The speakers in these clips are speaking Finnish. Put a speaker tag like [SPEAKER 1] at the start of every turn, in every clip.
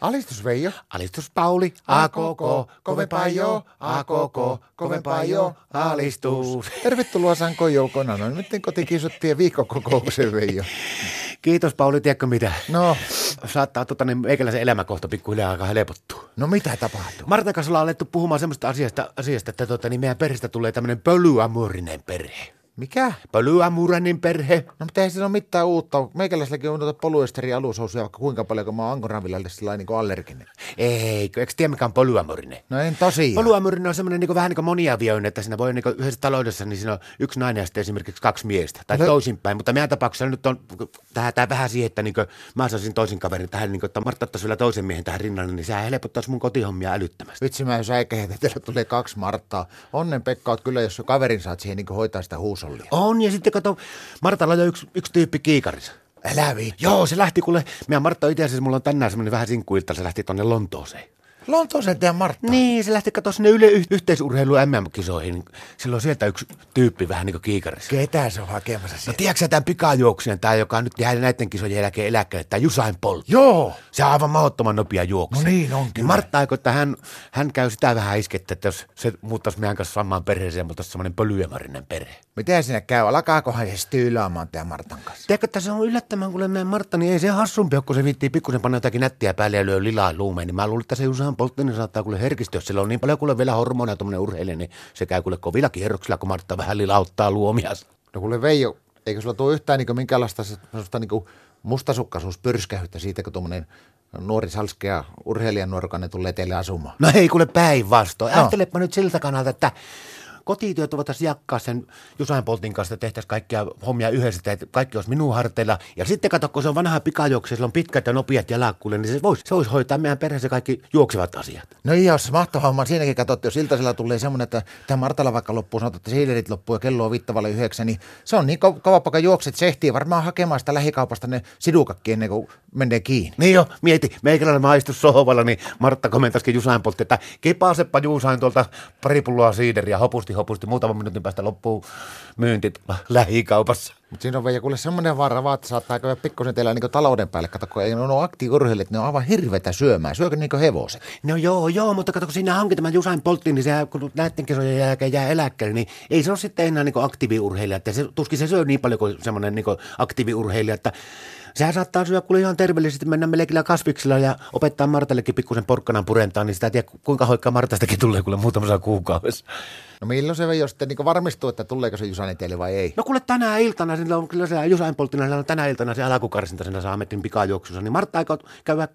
[SPEAKER 1] Alistus Veijo.
[SPEAKER 2] Alistus Pauli, a koko, kovempaa jo, a koko, kovempaa jo, alistus.
[SPEAKER 1] Tervetuloa Sanko Joukona. No nyt kotikisottien viikkokokoukseen Veijo.
[SPEAKER 2] Kiitos Pauli, tiedätkö mitä?
[SPEAKER 1] No,
[SPEAKER 2] Saattaa tota, niin meikäläisen elämä kohta pikkuhiljaa aika helpottuu.
[SPEAKER 1] no mitä tapahtuu?
[SPEAKER 2] Martan kanssa ollaan alettu puhumaan semmoista asiasta, asiasta että tota, niin meidän perheestä tulee tämmöinen pölyamurinen perhe.
[SPEAKER 1] Mikä?
[SPEAKER 2] Pölyamurinen perhe.
[SPEAKER 1] No mutta ei siinä ole mitään uutta. Meikäläiselläkin on tuota noita poluesteri alusousuja vaikka kuinka paljon, kun mä oon ankoranvilalle sillä niin allerginen.
[SPEAKER 2] Eikö, eikö tiedä mikä on polyamorinen?
[SPEAKER 1] No en tosiaan.
[SPEAKER 2] Polyamorinen on semmoinen niin vähän niin kuin moniavioinen, että siinä voi niin yhdessä taloudessa, niin siinä on yksi nainen ja sitten esimerkiksi kaksi miestä. Tai
[SPEAKER 1] No-
[SPEAKER 2] no. toisinpäin, mutta meidän tapauksessa nyt on tähän, tähän vähän siihen, että niin kuin, mä saisin toisen kaverin tähän, niin kuin, että Martta ottaisi vielä toisen miehen tähän rinnalle, niin sehän helpottaisi mun kotihommia älyttömästi.
[SPEAKER 1] Vitsi mä säikähdän, että teillä tulee kaksi Marttaa. Onnen Pekka, oot kyllä, jos sun kaverin saat siihen niin hoitaa sitä huusollia.
[SPEAKER 2] On, ja sitten kato, Martalla on jo yksi, yksi tyyppi kiikarissa.
[SPEAKER 1] Älä viitsi.
[SPEAKER 2] Joo, se lähti kuule. Meidän Martta on itse asiassa, mulla on tänään semmoinen vähän sinkkuilta, se lähti tonne Lontooseen.
[SPEAKER 1] Lontooseen teidän Martta.
[SPEAKER 2] Niin, se lähti katsoa sinne yle- yh- yhteisurheilu MM-kisoihin. Silloin sieltä yksi tyyppi vähän niin kuin kiikarissa.
[SPEAKER 1] Ketä se on hakemassa
[SPEAKER 2] No
[SPEAKER 1] siellä?
[SPEAKER 2] tiedätkö sä tämän pikajuoksijan, tämä joka nyt jäi näiden kisojen jälkeen eläkkeelle, tämä Jusain Bolt?
[SPEAKER 1] Joo.
[SPEAKER 2] Se on aivan mahdottoman nopea juoksu.
[SPEAKER 1] No niin, on kyllä.
[SPEAKER 2] Martta aikoo, että hän, hän käy sitä vähän iskettä, että jos se muuttaisi meidän kanssa samaan perheeseen, mutta semmoinen pölyämarinen perhe.
[SPEAKER 1] Miten sinä käy? Alkaakohan se styylaamaan tämän Martan kanssa?
[SPEAKER 2] Tiedätkö, että se on yllättävän, kun meidän Martta, niin ei se hassumpi ole, kun se viittii pikkusen panna jotakin nättiä päälle ja lyö lilaa luumeen. Niin mä luulen, että se Jusain Boltti, niin saattaa kuule herkistyä. jos Sillä on niin paljon kuule vielä hormoneja tuommoinen urheilija, niin se käy kuule kovilla kierroksilla, kun Martta vähän lilauttaa luomia.
[SPEAKER 1] No kuule Veijo, eikö sulla tule yhtään niin minkäänlaista se- semmoista niin mustasukkaisuuspyrskähyttä siitä, kun tuommoinen nuori salskea urheilijan nuorukainen tulee teille asumaan?
[SPEAKER 2] No ei kuule päinvastoin. No. Ajattelepa nyt siltä kannalta, että kotityöt voitaisiin jakkaa sen Jusain Poltin kanssa, että tehtäisiin kaikkia hommia yhdessä, että kaikki olisi minun harteilla. Ja sitten kato, kun se on vanha pikajuoksija, sillä on pitkät ja nopeat jalat kuule, niin se voisi, se voisi hoitaa meidän perheessä kaikki juoksevat asiat.
[SPEAKER 1] No ei, jos mahtava homma. Siinäkin katsotte, jos iltasella tulee semmoinen, että tämä Martala vaikka loppuu, sanotaan, että siiderit loppuu ja kello on viittavalle yhdeksän, niin se on niin ko- kova paka juokset sehtiin varmaan hakemaan sitä lähikaupasta ne sidukakki ennen kuin menee kiinni.
[SPEAKER 2] Niin jo, mieti, meikäläinen mä istun sohvalla, niin Martta komentasikin Jusain Poltti, että kipaasepa Jusain tuolta pari pulloa siideriä, hopusti hopusti, muutaman minuutin päästä loppuu myynti tuolla lähikaupassa.
[SPEAKER 1] Mutta siinä on vielä kuule semmoinen vaara vaan, että saattaa käydä pikkusen teillä niin talouden päälle. Kato, kun ei ne ole aktiiviurheilijat, ne on aivan hirvetä syömään. Syökö niin kuin hevoset?
[SPEAKER 2] No joo, joo, mutta kato, kun siinä hankin tämä Jusain Poltti, niin sehän kun näiden kisojen jälkeen jää eläkkeelle, niin ei se ole sitten enää niin aktiiviurheilija. Että se, tuskin se syö niin paljon kuin semmoinen niin aktiiviurheilija, että sehän saattaa syödä kuule ihan terveellisesti mennä melkein kasviksilla ja opettaa Martallekin pikkusen porkkanan purentaa, niin sitä ei tiedä kuinka hoikkaa Martastakin tulee kuule muutamassa kuukaudessa.
[SPEAKER 1] No milloin se jo sitten niin varmistuu, että tuleeko se Jusanen teille vai ei?
[SPEAKER 2] No kuule tänä iltana, sillä on kyllä se Jusain Polttina, sillä on tänä iltana se alakukarsinta siinä Saametin pikajuoksussa, niin Martta aikoo käydä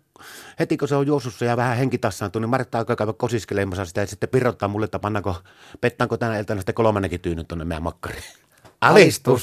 [SPEAKER 2] heti kun se on juossussa ja vähän henkitassaantunut, niin Martta aikoo käydä kosiskelemassa sitä ja sitten pirottaa mulle, että pannaanko, pettaanko tänä iltana sitten kolmannenkin tyynyn tuonne meidän makkariin.
[SPEAKER 1] Alistus.